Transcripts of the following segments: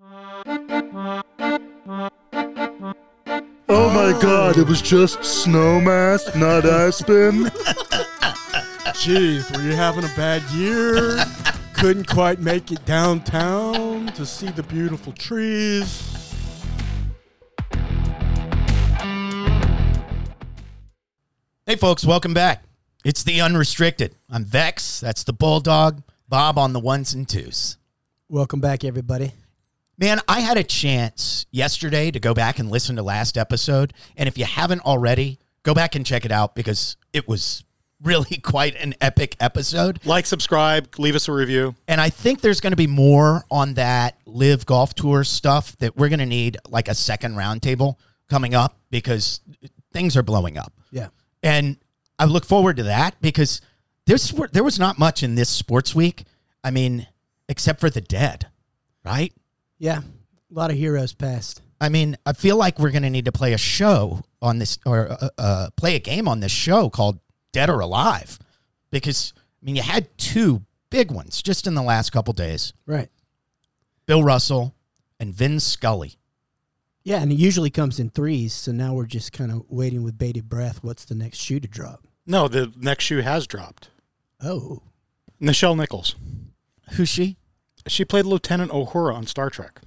Oh my god, it was just snow mass, not ice spin. Jeez, were you having a bad year? Couldn't quite make it downtown to see the beautiful trees. Hey, folks, welcome back. It's the Unrestricted. I'm Vex. That's the Bulldog. Bob on the ones and twos. Welcome back, everybody. Man, I had a chance yesterday to go back and listen to last episode. And if you haven't already, go back and check it out because it was really quite an epic episode. Like, subscribe, leave us a review. And I think there's going to be more on that live golf tour stuff that we're going to need like a second roundtable coming up because things are blowing up. Yeah. And I look forward to that because there's there was not much in this sports week. I mean, except for the dead, right? Yeah. A lot of heroes passed. I mean, I feel like we're going to need to play a show on this or uh, uh, play a game on this show called Dead or Alive because I mean, you had two big ones just in the last couple days. Right. Bill Russell and Vin Scully. Yeah, and it usually comes in threes, so now we're just kind of waiting with bated breath. What's the next shoe to drop? No, the next shoe has dropped. Oh. Nichelle Nichols. Who's she? She played Lieutenant Uhura on Star Trek.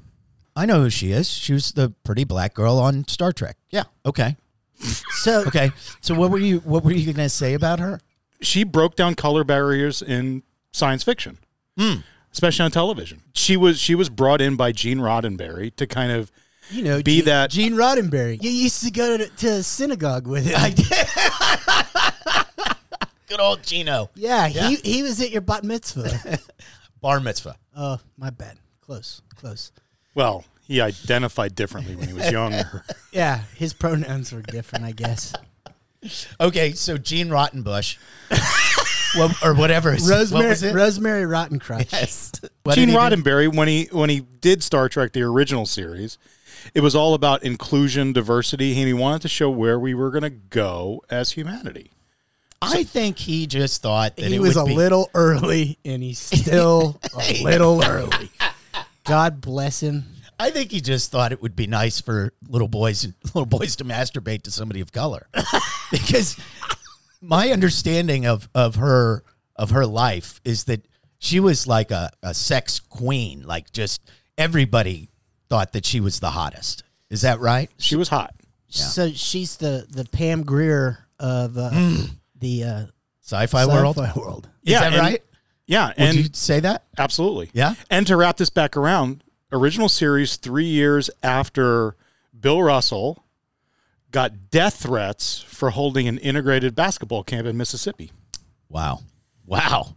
I know who she is. She was the pretty black girl on Star Trek. Yeah. Okay. So Okay. So what were you what were you going to say about her? She broke down color barriers in science fiction, Hmm. especially on television. She was she was brought in by Gene Roddenberry to kind of you know, Be Gene, that- Gene Roddenberry. You used to go to, to synagogue with him. Good old Gino. yeah, he he was at your bat mitzvah. Bar mitzvah. oh, my bad. Close, close. well, he identified differently when he was younger. Yeah, his pronouns were different, I guess. Okay, so Gene Rottenbush, Well, or whatever. his- what was Rosemary it? Rosemary Rottenkreutz. yes. Gene Roddenberry, when he when he did Star Trek the original series, it was all about inclusion, diversity, and he wanted to show where we were going to go as humanity. I think he just thought that he it was a would be- little early, and he's still a little early. God bless him. I think he just thought it would be nice for little boys little boys to masturbate to somebody of color. because my understanding of, of her of her life is that she was like a, a sex queen. Like just everybody thought that she was the hottest. Is that right? She was hot. So she's the the Pam Greer of uh, the uh, Sci-fi, Mm. world. sci-fi world. Is Yeah, that and- right? Yeah, Would and you say that? Absolutely. Yeah? And to wrap this back around, original series three years after Bill Russell got death threats for holding an integrated basketball camp in Mississippi. Wow. Wow.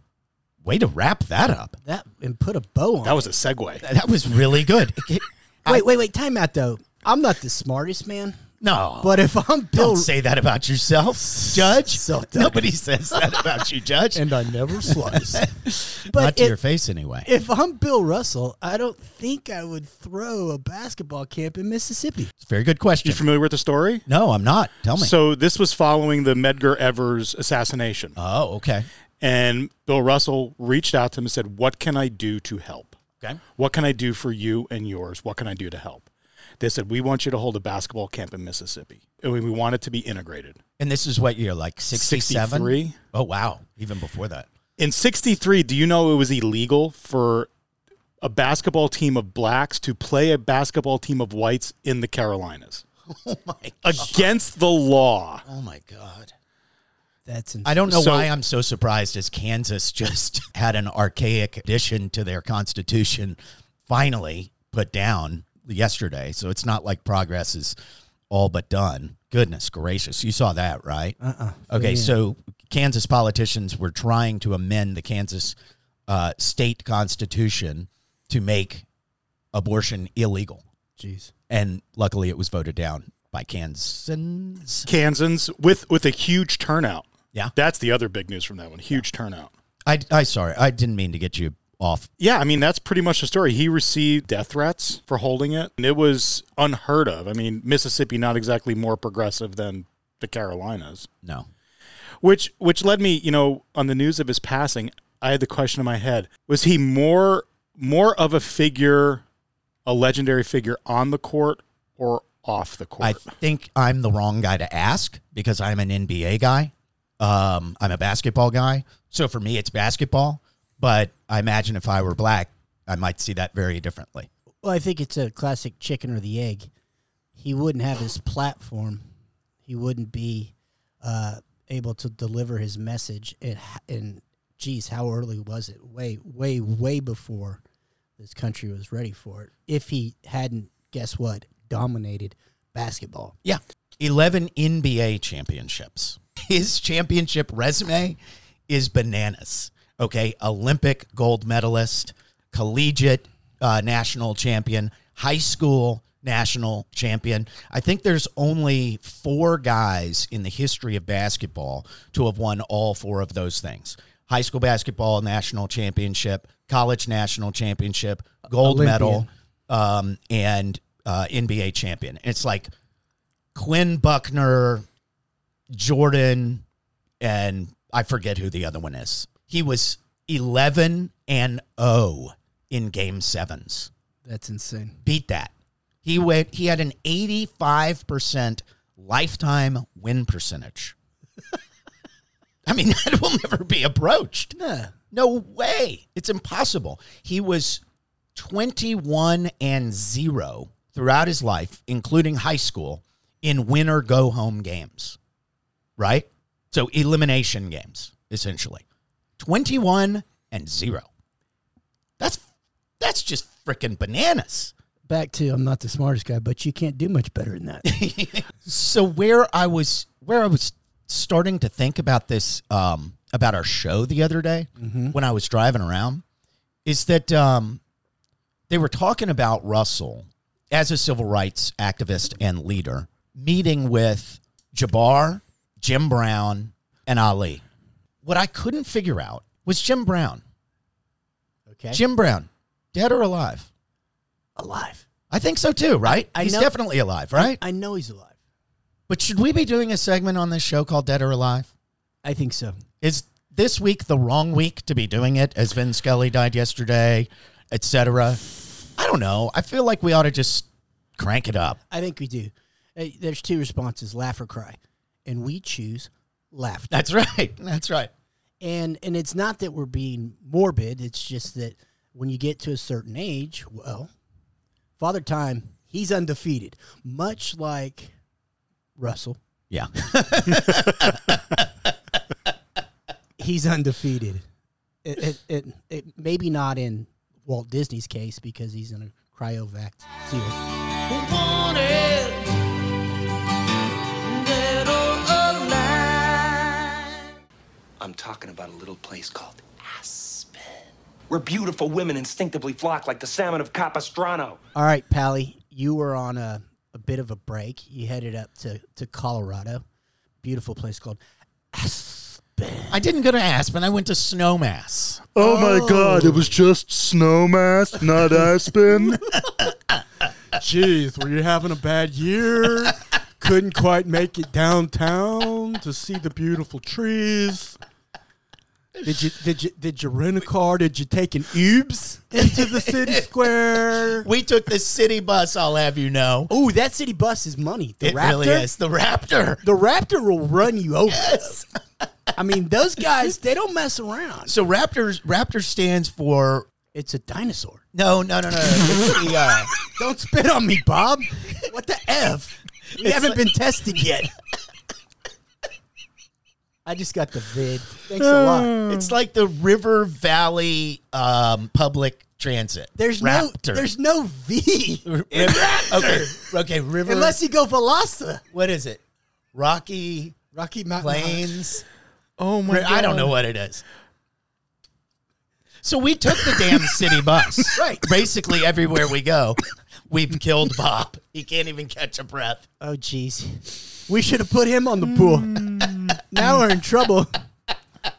Way to wrap that up. That and put a bow on. That was a segue. That was really good. it. Wait, wait, wait. Time out though. I'm not the smartest man, No. but if I'm Oh. don't Bill, say that about yourself, Judge. Self-doubt. Nobody says that about you, Judge. and I never slice. Not but to if, your face, anyway. if I'm Bill Russell, I don't think I would throw a basketball camp in Mississippi. it's a very good question. You familiar with the story? no, I'm not. Tell me. So this was following the Medgar Evers assassination. oh, okay. And Bill Russell reached out to him and said, What can I do to help? Okay. What can I do for you and yours? What can I do to help? They said, We want you to hold a basketball camp in Mississippi. And we we want it to be integrated. And this is what year, like 67? 63? Oh, wow. Even before that. In 63, do you know it was illegal for a basketball team of blacks to play a basketball team of whites in the Carolinas? Oh, my, Against the law. oh my God. That's I don't know So- why I'm so surprised as Kansas just had an archaic addition to their constitution finally put down yesterday. So it's not like progress is all but done. Goodness gracious. You saw that, right? Uh-uh. Okay, so Kansas politicians were trying to amend the Kansas uh, state constitution to make abortion illegal. Jeez. And luckily it was voted down by Kansans. Kansans with, with a huge turnout. Yeah. That's the other big news from that one. Huge turnout. I, I sorry, I didn't mean to get you off Yeah, I mean, that's pretty much the story. He received death threats for holding it, and it was unheard of. I mean, Mississippi, not exactly more progressive than the Carolinas. no. which which led me you know on the news of his passing i had the question in my head was he more more of a figure a legendary figure on the court or off the court? I think I'm the wrong guy to ask because I'm an NBA guy. Um, I'm a basketball guy. So for me, it's basketball. But I imagine if I were black, I might see that very differently. Well, I think it's a classic chicken or the egg. He wouldn't have his platform. He wouldn't be uh, able to deliver his message. And, h- and geez, how early was it? Way, way, way before this country was ready for it. If he hadn't, guess what? Dominated basketball. Yeah. 11 NBA championships. His championship resume is bananas. Okay. Olympic gold medalist, collegiate uh, national champion, high school national champion. I think there's only four guys in the history of basketball to have won all four of those things high school basketball national championship, college national championship, gold Olympian. medal, um, and uh, NBA champion. It's like, Quinn Buckner, Jordan, and I forget who the other one is. He was 11 and 0 in game sevens. That's insane. Beat that. He went, he had an 85% lifetime win percentage. I mean, that will never be approached. Nah. No way. It's impossible. He was 21 and 0 throughout his life, including high school, in win or go home games, right? So elimination games, essentially. 21 and 0. That's that's just freaking bananas. Back to I'm not the smartest guy, but you can't do much better than that. so where I was where I was starting to think about this um, about our show the other day Mm-hmm. when I was driving around is that um, they were talking about Russell as a civil rights activist and leader meeting with Jabbar, Jim Brown, and Ali. What I couldn't figure out was Jim Brown. Okay. Jim Brown, dead or alive? alive. I think so too, right? I He's know- definitely alive, right? I know he's alive. But should we be doing a segment on this show called Dead or Alive? I think so. Is this week the wrong week to be doing it as Vin Scully died yesterday, etc.? I don't know. I feel like we ought to just crank it up. I think we do. Uh, There's two responses: laugh or cry, and we choose laugh. That's right. That's right. and and it's not that we're being morbid. It's just that when you get to a certain age, well, Father Time he's undefeated, much like Russell. Yeah. He's undefeated. It, it, it, it maybe not in Walt Disney's case because he's in a cryovac seal. I'm talking about a little place called Aspen, where beautiful women instinctively flock like the salmon of Capistrano. All right, Pally, you were on a, a bit of a break. You headed up to, to Colorado. Beautiful place called Aspen. I didn't go to Aspen. I went to Snowmass. Oh, my god, it was just snow mass, not Aspen. Jeez, were you having a bad year? Couldn't quite make it downtown to see the beautiful trees. Did you did you did you rent a car? Did you take an Ubes into the city square? We took the city bus, I'll have you know. Oh, that city bus is money. The it Raptor, really is. The Raptor. The Raptor will run you over. I mean, those guys, they don't mess around. So Raptors Raptor stands for It's a dinosaur. no, no, no, no. It's the, uh, Don't spit on me, Bob. What the F? We haven't been tested yet. I just got the vid. Thanks a lot. It's like the River Valley um, public transit. There's no Raptor. there's no V in Raptor. okay, okay, River. Unless you go Veloci. what is it? Rocky Rocky Mountain. Plains. oh my! I don't know what it is. So we took the damn city bus. Right. Basically, everywhere we go, we've killed Bob. He can't even catch a breath. Oh jeez. We should have put him on the Hmm. pool. now we're in trouble.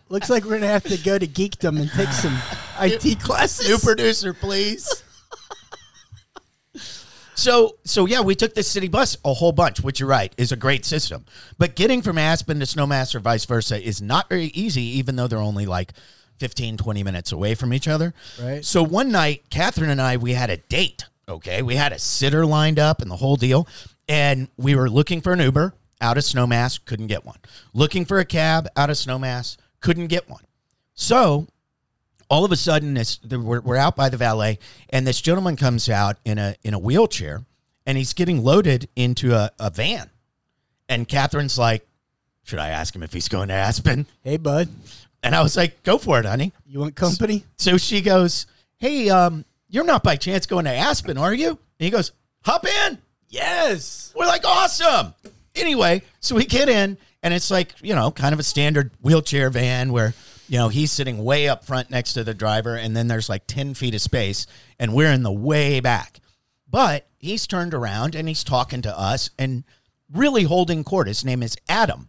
Looks like we're gonna have to go to Geekdom and take some IT classes. New producer, please. so so yeah, we took the city bus a whole bunch, which you're right, is a great system. But getting from Aspen to Snowmass or vice versa is not very easy, even though they're only like 15, 20 minutes away from each other. Right. So one night, Catherine and I, we had a date. Okay. We had a sitter lined up and the whole deal. and we were looking for an Uber out of Snowmass, couldn't get one. Looking for a cab out of Snowmass, couldn't get one. So all of a sudden, this the, we're, we're out by the valet, and this gentleman comes out in a in a wheelchair, and he's getting loaded into a, a van. And Catherine's like, "Should I ask him if he's going to Aspen?" Hey, bud, And I was like, "Go for it, honey." you want company? So she goes, "Hey, um, you're not by chance going to Aspen, are you?" And he goes, "Hop in." Yes. We're like, awesome. Anyway, so we get in, and it's like, you know, kind of a standard wheelchair van where, you know, he's sitting way up front next to the driver, and then there's like 10 feet of space, and we're in the way back. But he's turned around and he's talking to us and really holding court. His name is Adam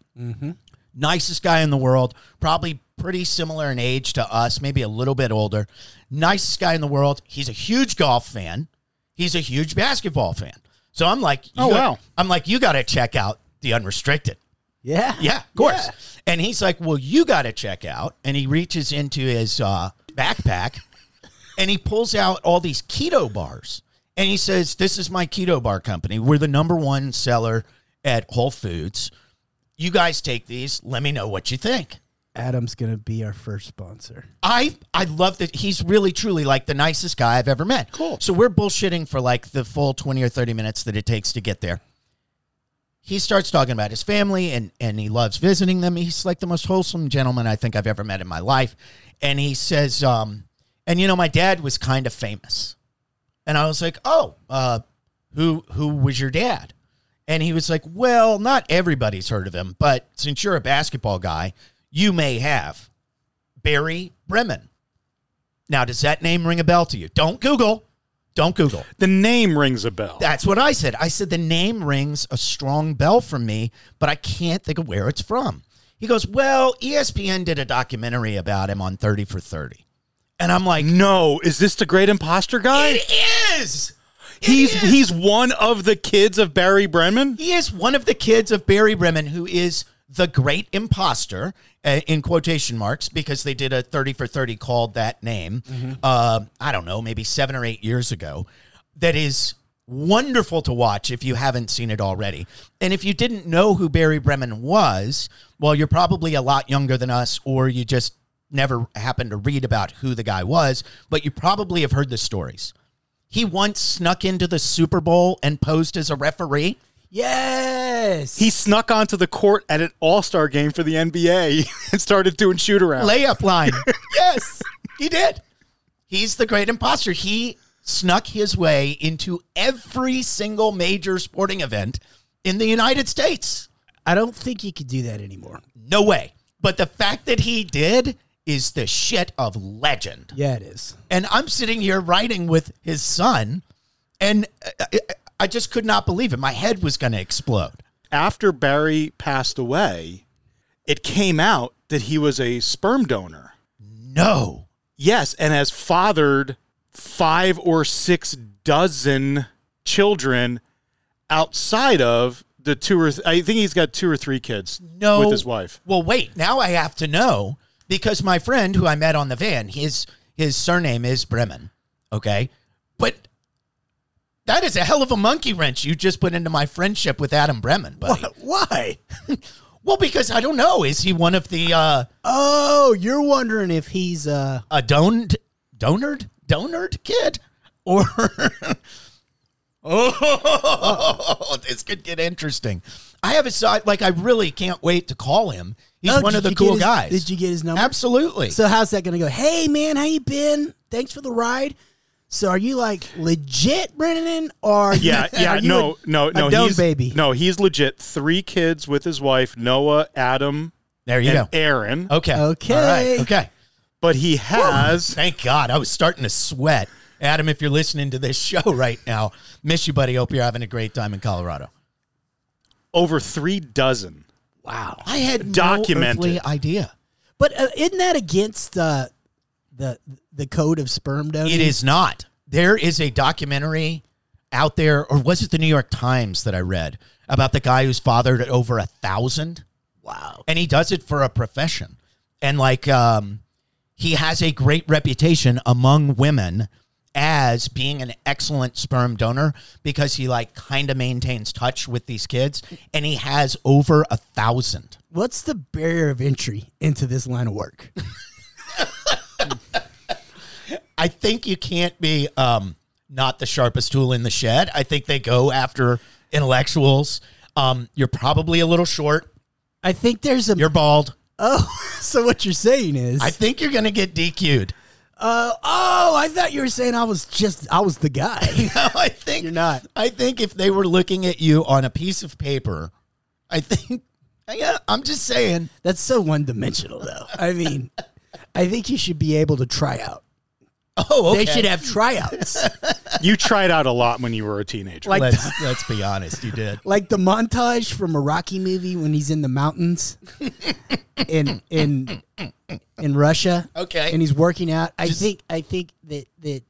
nicest guy in the world, probably pretty similar in age to us, maybe a little bit older. Nicest guy in the world. He's a huge golf fan. He's a huge basketball fan. So I'm like, you Oh, got- wow. I'm like, you got to check out the unrestricted. Yeah. Yeah, of course. And he's like, well, you got to check out. And he reaches into his uh, backpack and he pulls out all these keto bars. And he says, this is my keto bar company. We're the number one seller at Whole Foods. You guys take these. Let me know what you think. Adam's gonna be our first sponsor. I I love that he's really truly like the nicest guy I've ever met. Cool. So we're bullshitting for like the full twenty or thirty minutes that it takes to get there. He starts talking about his family and and he loves visiting them. He's like the most wholesome gentleman I think I've ever met in my life. And he says, um, and you know, my dad was kind of famous. And I was like, oh, uh, who who was your dad? And he was like, well, not everybody's heard of him, but since you're a basketball guy, you may have. Barry Bremen. Now, does that name ring a bell to you? Don't Google. Don't Google. The name rings a bell. That's what I said. I said the name rings a strong bell for me, but I can't think of where it's from. He goes, Well, E ESPN did a documentary about him on 30 for 30. And I'm like, no, is this the great imposter guy? It is. It he's is! he's one of the kids of Barry Brenman. He is one of the kids of Barry Bremen, who is the great imposter, uh, in quotation marks, because they did a 30 for 30 called that name, uh, I don't know, maybe seven or eight years ago, that is wonderful to watch if you haven't seen it already. And if you didn't know who Barry Bremen was, well, you're probably a lot younger than us, or you just never happened to read about who the guy was, but you probably have heard the stories. He once snuck into the Super Bowl and posed as a referee. Yes. He snuck onto the court at an All Star game for the NBA and started doing shoot around. layup line. yes, he did. He's the great imposter. He snuck his way into every single major sporting event in the United States. I don't think he could do that anymore. No way. But the fact that he did is the shit of legend. Yeah, it is. And I'm sitting here writing with his son, and I- I- I just could not believe it. My head was going to explode. After Barry passed away, it came out that he was a sperm donor. No. Yes, and has fathered five or six dozen children outside of the two or th- I think he's got two or three kids no with his wife. Well, wait. Now I have to know because my friend who I met on the van, his his surname is Bremen. Okay, but that is a hell of a monkey wrench you just put into my friendship with Adam Bremen, buddy. Why? Well, because I don't know. Is he one of the uh, Oh, you're wondering if he's uh a doned donored donored kid or? oh, this could get interesting. I have a side like I really can't wait to call him. He's Oh, one did of the you get cool his- guys. Did you get his number? Absolutely. So how's that gonna go? Hey man, how you been? Thanks for the ride. So are you like legit, Brennan? Or Yeah, are yeah, you no, a- no, a no. dome he's, baby. No, he's legit. Three kids with his wife, Noah, Adam, there you and go. Aaron. Oh. Okay. Okay. All right. Okay. But he has Thank God. I was starting to sweat. Adam, if you're listening to this show right now, miss you, buddy. Hope you're having a great time in Colorado. over three dozen. Wow. I had Documented. no earthly idea. But uh, isn't that against uh, the the code of sperm donor? It is not. There is a documentary out there, or was it the New York Times that I read about the guy who's fathered over a thousand? Wow. And he does it for a profession. And like, um, he has a great reputation among women as being an excellent sperm donor because he like kind of maintains touch with these kids and he has over a thousand. What's the barrier of entry into this line of work? I think you can't be um, not the sharpest tool in the shed. I think they go after intellectuals. Um, you're probably a little short. I think there's a. You're bald. oh, so what you're saying is? I think you're going to get DQ'd. uh, oh, I thought you were saying I was just I was the guy. No, I think You're not. I think if they were looking at you on a piece of paper, I think yeah, I'm just saying. That's so one dimensional, though. I mean, I think you should be able to try out. Oh, okay. They should have tryouts, You tried out a lot when you were a teenager. like the, let's let's be honest. You did. like the montage from a Rocky movie when he's in the mountains in in in Russia. Okay. and he's working out. I think I think that that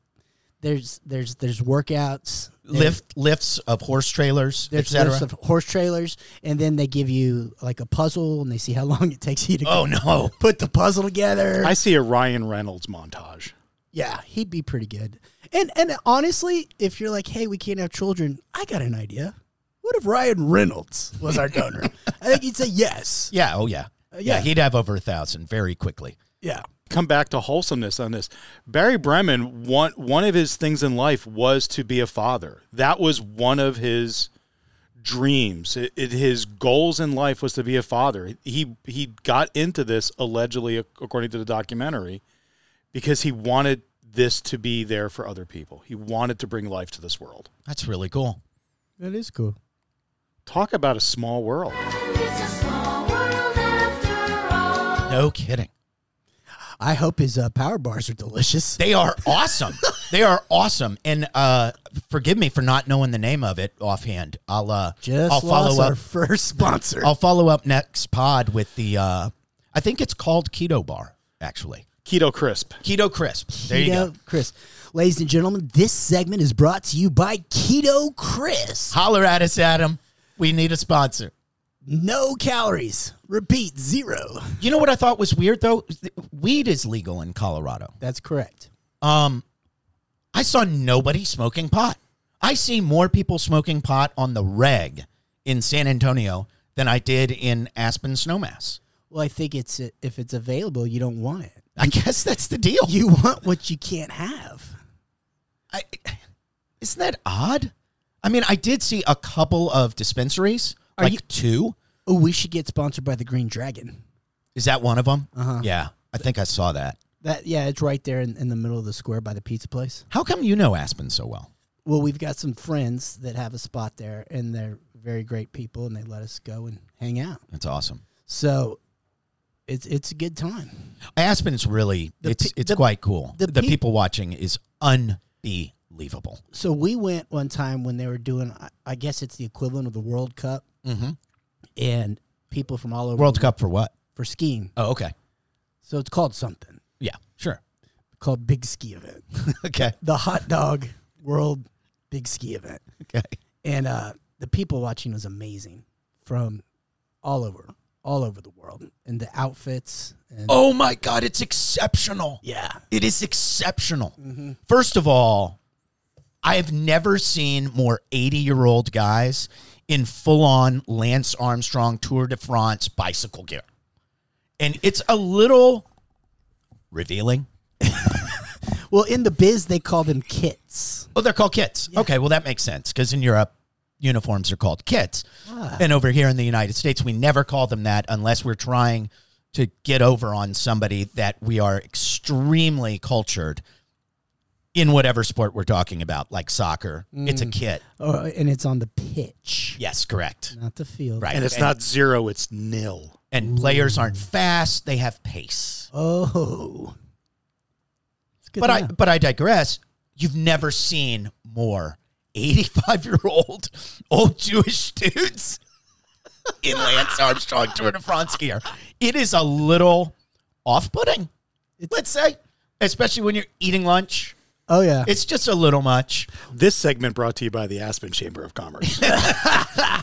there's there's there's workouts. there's- Lift lifts of horse trailers, There's etc. lifts of horse trailers, and then they give you like a puzzle, and they see how long it takes you to oh no. put the puzzle together. I see a Ryan Reynolds montage. yeah, he'd be pretty good. And and honestly, if you're like, hey, we can't have children, I got an idea. What if Ryan Reynolds was our donor? I think he'd say yes. Yeah, oh yeah. yeah. Uh, yeah. he'd have over a thousand very quickly. Yeah, Come back to wholesomeness on this. Barry Bremen, one one of his things in life was to be a father. That was one of his dreams. It, it- his goals in life was to be a father. He he got into this allegedly, according to the documentary, because he wanted this to be there for other people. He wanted to bring life to this world. That's really cool. that is cool. Talk about a small world. It's a small world after all. No kidding. I hope his uh, power bars are delicious. They are awesome. they are awesome. And uh forgive me for not knowing the name of it offhand. I'll uh Just I'll follow lost up our first sponsor. I'll follow up next pod with the uh I think it's called Keto Bar, actually. Keto crisp. Keto Crisp. There you go. Keto Chris. Ladies and gentlemen, this segment is brought to you by Keto Chris. Holler at us, Adam. We need a sponsor. No calories. Repeat, zero. You know what I thought was weird though? Weed is legal in Colorado. That's correct. Um, I saw nobody smoking pot. I see more people smoking pot on the reg in San Antonio than I did in Aspen Snowmass. Well, I think it's if it's available, you don't want it. I guess that's the deal. You want what you can't have. I, isn't that odd? I mean, I did see a couple of dispensaries, Are like you- two. Oh, we should get sponsored by the Green Dragon. Is that one of them? Uh-huh. Yeah, I think I saw that. That yeah, it's right there in, in the middle of the square by the pizza place. How come you know Aspen so well? Well, we've got some friends that have a spot there, and they're very great people, and they let us go and hang out. That's awesome. So, it's it's a good time. Aspen's really The it's pe- it's the- quite cool. The, the pe- people watching is unbelievable. so we went one time when they were doing I- i guess it's the equivalent of the world cup Mm-hmm. and people from all over World Cup for what? for skiing Oh, okay. so it's called something Yeah, sure. called big ski event okay. the hot dog world big ski event Okay. and uh the people watching was amazing from all over all over the world and the outfits and Oh my God, it's exceptional. yeah It is exceptional. First of all, I have never seen more 80 year old guys in full on Lance Armstrong Tour de France bicycle gear. And it's a little revealing. well in the biz they call them kits Oh, they're called kits. Okay, well that makes sense because in Europe, uniforms are called kits, Ah. and over here in the United States, we never call them that unless we're trying to get over on somebody that we are extremely cultured in whatever sport we're talking about, like soccer. It's a Mm. kit. oh, and it's on the pitch Yes, correct. not the field Right, And it's not zero, it's nil. and players aren't fast; they have pace. oh it's good But to I know. but I digress. You've never seen more 85 year old old Jewish dudes in Lance Armstrong Tour de France gear. It is a little off putting, let's say, especially when you're eating lunch. oh yeah It's just a little much. This segment brought to you by the Aspen Chamber of Commerce.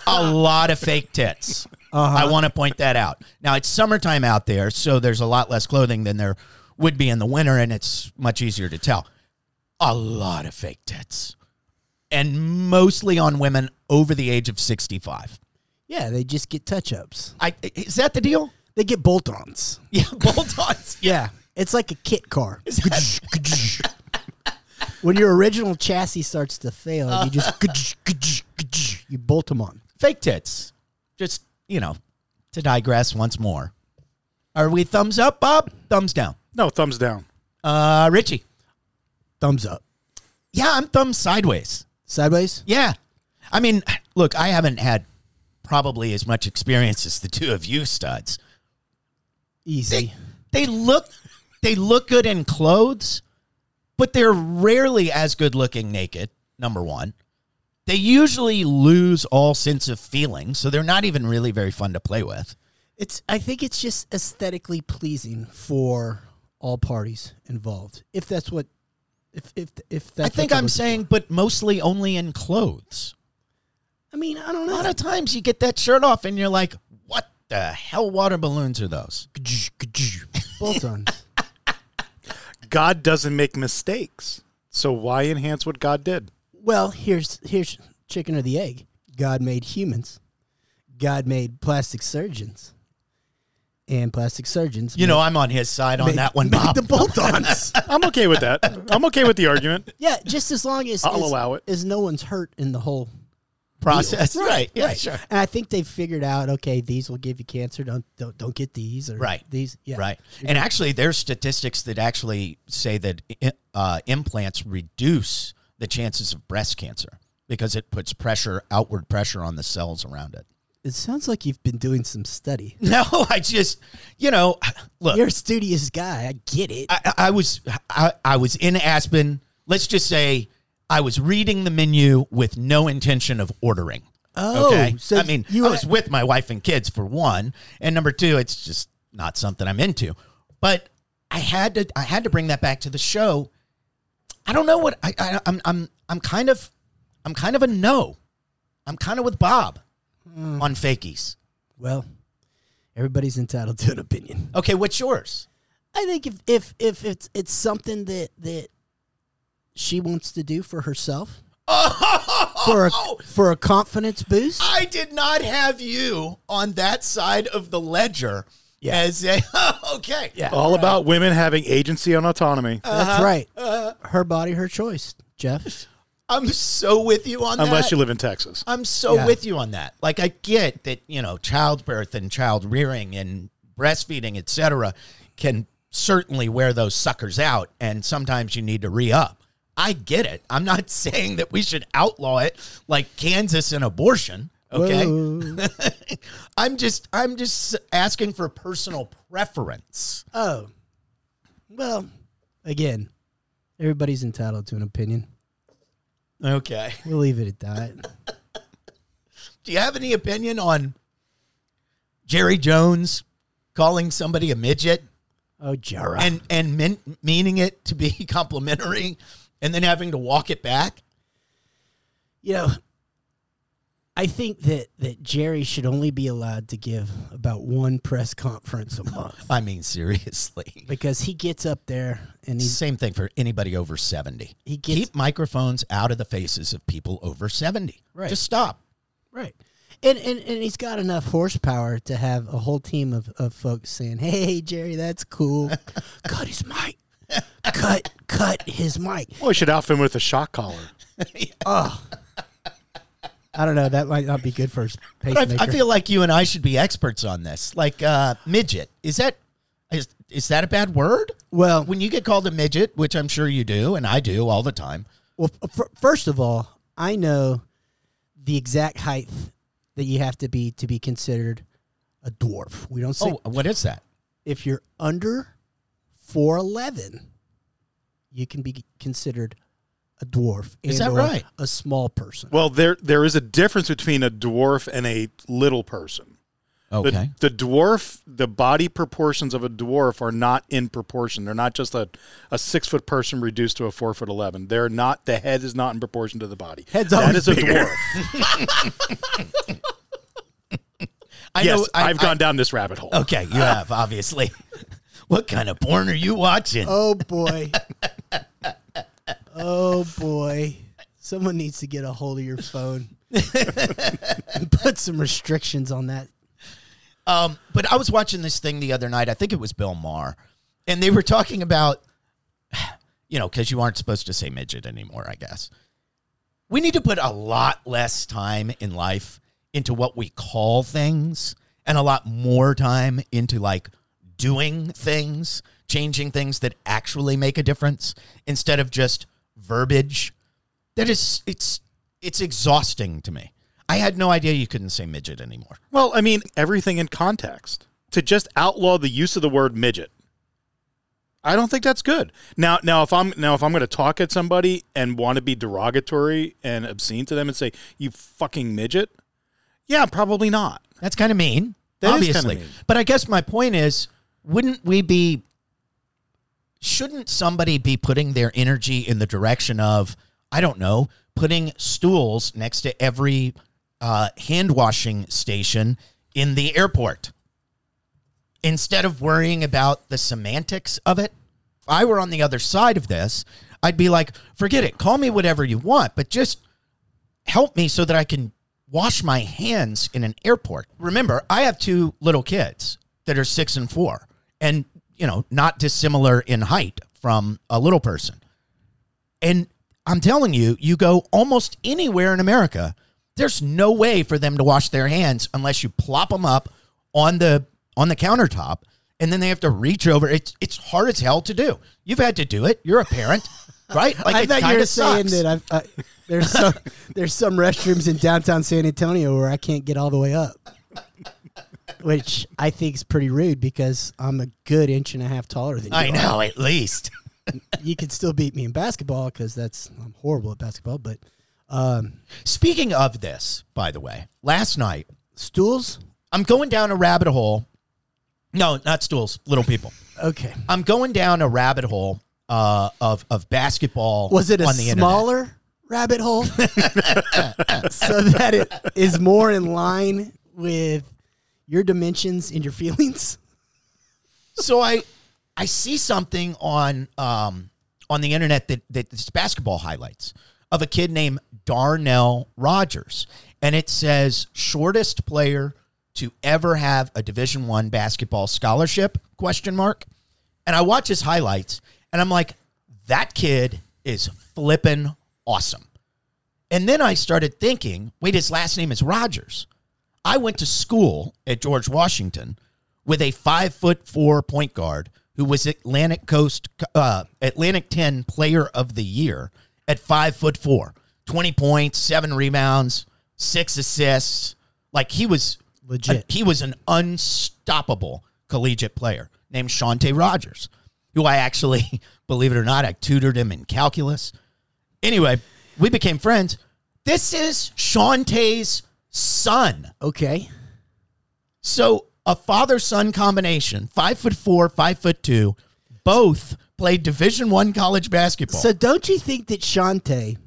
A lot of fake tits. I want to point that out. Now it's summertime out there, so there's a lot less clothing than there would be in the winter, and it's much easier to tell. a lot of fake tits, and mostly on women over the age of sixty-five. Yeah, they just get touch ups. I is that the deal? They get bolt ons. Yeah, bolt-ons. Yeah. It's like a kit car. when your original chassis starts to fail, you Uh. just you bolt them on. fake tits. Just, you know, to digress once more. Are we thumbs up, Bob? Thumbs down. No, thumbs down. Uh, Richie. Thumbs up. Yeah, I'm thumbs sideways. Sideways? Yeah. I mean, look, I haven't had probably as much experience as the two of you studs. Easy. They look they look good in clothes, but they're rarely as good looking naked, number 1. They usually lose all sense of feeling, so they're not even really very fun to play with. It's I think it's just aesthetically pleasing for all parties involved. If that's what if if if that's I think what they're I'm looking saying, but mostly only in clothes. for. I mean, I don't A know. lot of times you get that shirt off and you're like, what the hell water balloons are those? bolt ons. God doesn't make mistakes. So why enhance what God did? Well, here's here's chicken or the egg. God made humans. God made plastic surgeons. And plastic surgeons. You know, I'm on his side on make- that one, make Bob. the bolt-ons. I'm okay with that. I'm okay with the argument. yeah, just as long as I'll as- allow it. As no one's hurt in the whole process. deal. Right, Yeah, sure. And I think they've figured out. Okay, these will give you cancer. Don't don't, don't get these. Or Right. These. Yeah. Right. And actually, there's statistics that actually say that i- uh, implants reduce the chances of breast cancer because it puts pressure, outward pressure on the cells around it. It sounds like you've been doing some study. No, I just, you know, look. You're a studious guy. I get it. I, I was I, I was in Aspen. Let's just say I was reading the menu with no intention of ordering. Oh, so I mean, you- I was with my wife and kids for one, and number two, it's just not something I'm into. But I had to I had to bring that back to the show. I don't know what I, I I'm I'm I'm kind of I'm kind of a no. I'm kind of with Bob Hmm. on fakies. well, everybody's entitled to an opinion. Okay, what's yours? I think if if if it's it's something that that she wants to do for herself for a for a confidence boost. I did not have you on that side of the ledger Yeah. as a okay. Yeah. All about women having agency and autonomy. Uh-huh. That's right. her body, her choice. Jeff, I'm so with you on that. Unless you live in Texas. I'm so Yeah. with you on that. Like I get that, you know, childbirth and child rearing and breastfeeding, etc., can certainly wear those suckers out and sometimes you need to re-up. I get it. I'm not saying that we should outlaw it like Kansas and abortion, okay? I'm just I'm just asking for personal preference. oh, well, again, everybody's entitled to an opinion. Okay. We'll leave it at that. Do you have any opinion on Jerry Jones calling somebody a midget Oh, Jara. and and mean, meaning it to be complimentary, and then having to walk it back? you know, I think that that Jerry should only be allowed to give about one press conference a month I mean, seriously. because he gets up there and he's Same thing for anybody over seventy. He gets- Keep microphones out of the faces of people over seventy. Right. Just stop. Right. And, and and he's got enough horsepower to have a whole team of, of folks saying, Hey Jerry, that's cool. cut his mic. Cut cut his mic. Well, you Oh, should outfit him with a shock collar. I don't know, that might not be good for his But pacemaker. I, I feel like you and I should be experts on this. Like uh, midget, is that is is that a bad word? well When you get called a midget, which I'm sure you do, and I do all the time. well f- first of all, I know the exact height that you have to be to be considered a dwarf. We don't say Oh, what is that? if you're under four eleven, you can be considered a dwarf. Is that and/or right? A small person. Well, there there is a difference between a dwarf and a little person. The, the dwarf, the body proportions of a dwarf are not in proportion. They're not just a, a six foot person reduced to a four foot eleven. They're not. The head is not in proportion to the body. Head's that always is a dwarf. I yes, know, I, I've gone down this rabbit hole. I- okay, you have obviously. what kind of porn are you watching? Oh boy. Oh boy. Someone needs to get a hold of your phone and put some restrictions on that. Um, but I was watching this thing the other night. I think it was Bill Maher, and they were talking about, you know, because you aren't supposed to say midget anymore. I guess we need to put a lot less time in life into what we call things, and a lot more time into like doing things, changing things that actually make a difference, instead of just verbiage. That is, it's it's exhausting to me. I had no idea you couldn't say midget anymore. Well, I mean, everything in context. To just outlaw the use of the word midget. I don't think that's good. Now now if I'm now if I'm going to talk at somebody and want to be derogatory and obscene to them and say you fucking midget, yeah, probably not. That's kind of mean, That is kinda obviously. mean. But I guess my point is, wouldn't we be? Shouldn't somebody be putting their energy in the direction of, I don't know, putting stools next to every uh, hand washing station in the airport instead of worrying about the semantics of it? If I were on the other side of this, I'd be like, forget it, call me whatever you want, but just help me so that I can wash my hands in an airport. Remember, I have two little kids that are six and four, and you know, not dissimilar in height from a little person. And I'm telling you, you go almost anywhere in America, there's no way for them to wash their hands unless you plop them up on the on the countertop and then they have to reach over. It's it's hard as hell to do. You've had to do it. You're a parent, right? Like I it thought you kinda were saying sucks. that I've, I, there's some there's some restrooms in downtown San Antonio where I can't get all the way up, which I think is pretty rude because I'm a good inch and a half taller than you. I are. know, at least. You could still beat me in basketball because that's I'm horrible at basketball. But Speaking of this, by the way, last night stools, I'm going down a rabbit hole. No, not stools, little people. okay. I'm going down a rabbit hole uh, of of basketball. Was it a on the internet. smaller rabbit hole so that it is more in line with your dimensions and your feelings? So I I see something on um on the internet that that it's basketball highlights of a kid named Darnell Rogers, and it says shortest player to ever have a Division One basketball scholarship question mark. And I watch his highlights, and I'm like, that kid is flippin' awesome. And then I started thinking, wait, his last name is Rogers. I went to school at George Washington with a five foot four point guard who was Atlantic Coast uh, Atlantic Ten Player of the Year at five foot four, 20 points, seven rebounds, six assists. Like he was Legit. he was an unstoppable collegiate player named Shantae Rogers, who I actually, believe it or not, I tutored him in calculus. Anyway, we became friends. This is Shantae's son. Okay. So a father son combination, five foot four, five foot two, both played Division One college basketball. So don't you think that Shantae,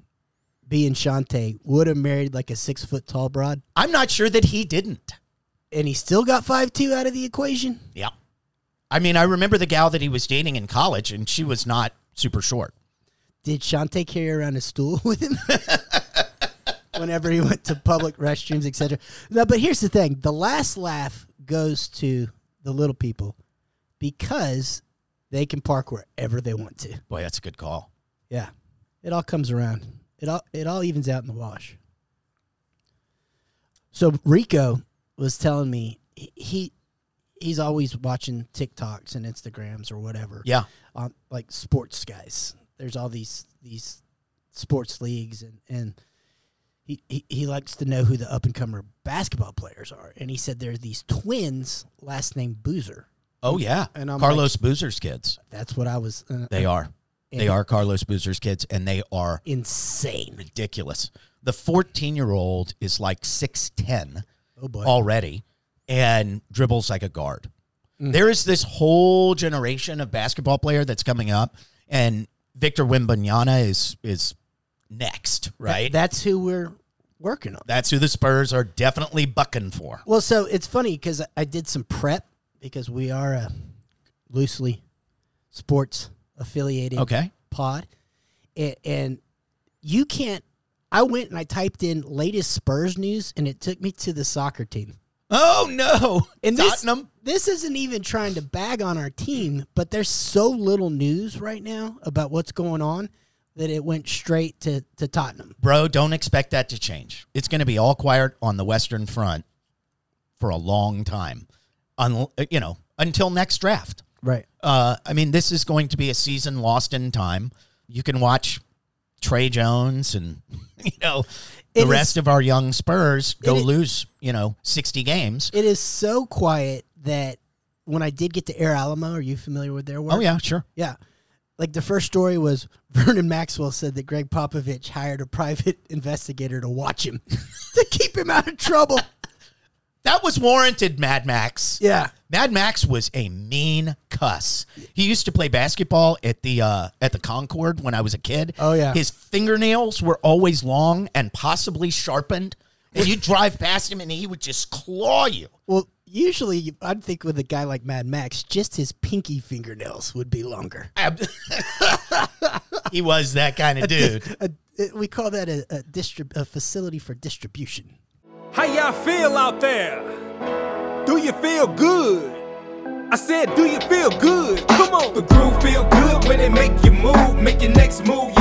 being Shantae, would have married like a six foot tall broad I'm not sure that he didn't. and he still got five two out of the equation? Yeah. I mean, I remember the gal that he was dating in college, and she was not super short. Did Shantae carry around a stool with him? Whenever he went to public restrooms, etc. No, but here's the thing: the last laugh goes to the little people because they can park wherever they want to. Boy, that's a good call. Yeah, it all comes around. It all it all evens out in the wash. So Rico was telling me he- he he's always watching TikToks and Instagrams or whatever. Yeah. on like sports guys. There's all these these sports leagues and and he, he, he likes to know who the up and comer basketball players are. And he said there are these twins, last name Boozer. Oh yeah, And I'm Carlos Boozer's kids. That's what I was. Uh, They are. They And- are Carlos Boozer's kids, and they are insane. ridiculous. The 14 year old is like 6'10 Oh boy. already and dribbles like a guard. There is this whole generation of basketball player that's coming up, and Victor Wimbanyana is is next, right? That's who we're working on. that's who the Spurs are definitely bucking for. Well, so it's funny because I did some prep because we are a loosely sports affiliated Okay. pod, and, and you can't. I went and I typed in latest Spurs news, and it took me to the soccer team. Oh no! And this, Tottenham. this isn't even trying to bag on our team, but there's so little news right now about what's going on that it went straight to, to Tottenham. bro, don't expect that to change. It's going to be all quiet on the Western Front for a long time, Un- you know, until next draft. Right. Uh, I mean, this is going to be a season lost in time. You can watch Trey Jones and you know the It is- rest of our young Spurs go It is- lose you know sixty games. It is so quiet that when I did get to Air Alamo, are you familiar with their work? Oh yeah, sure. Yeah. Like the first story was Vernon Maxwell said that Greg Popovich hired a private investigator to watch him to keep him out of trouble. That was warranted, Mad Max. Yeah. Mad Max was a mean cuss. He used to play basketball at the uh, at the Concord when I was a kid. Oh, yeah. his fingernails were always long and possibly sharpened. And you'd drive past him, and he would just claw you. Well, usually I'd think with a guy like Mad Max, just his pinky fingernails would be longer. Ab- he was that kind of dude. A, it- we call that a, a, distrib- a facility for distribution. How y'all feel out there? Do you feel good? I said, do you feel good? Come on. The groove feel good when it make you move. Make your next move,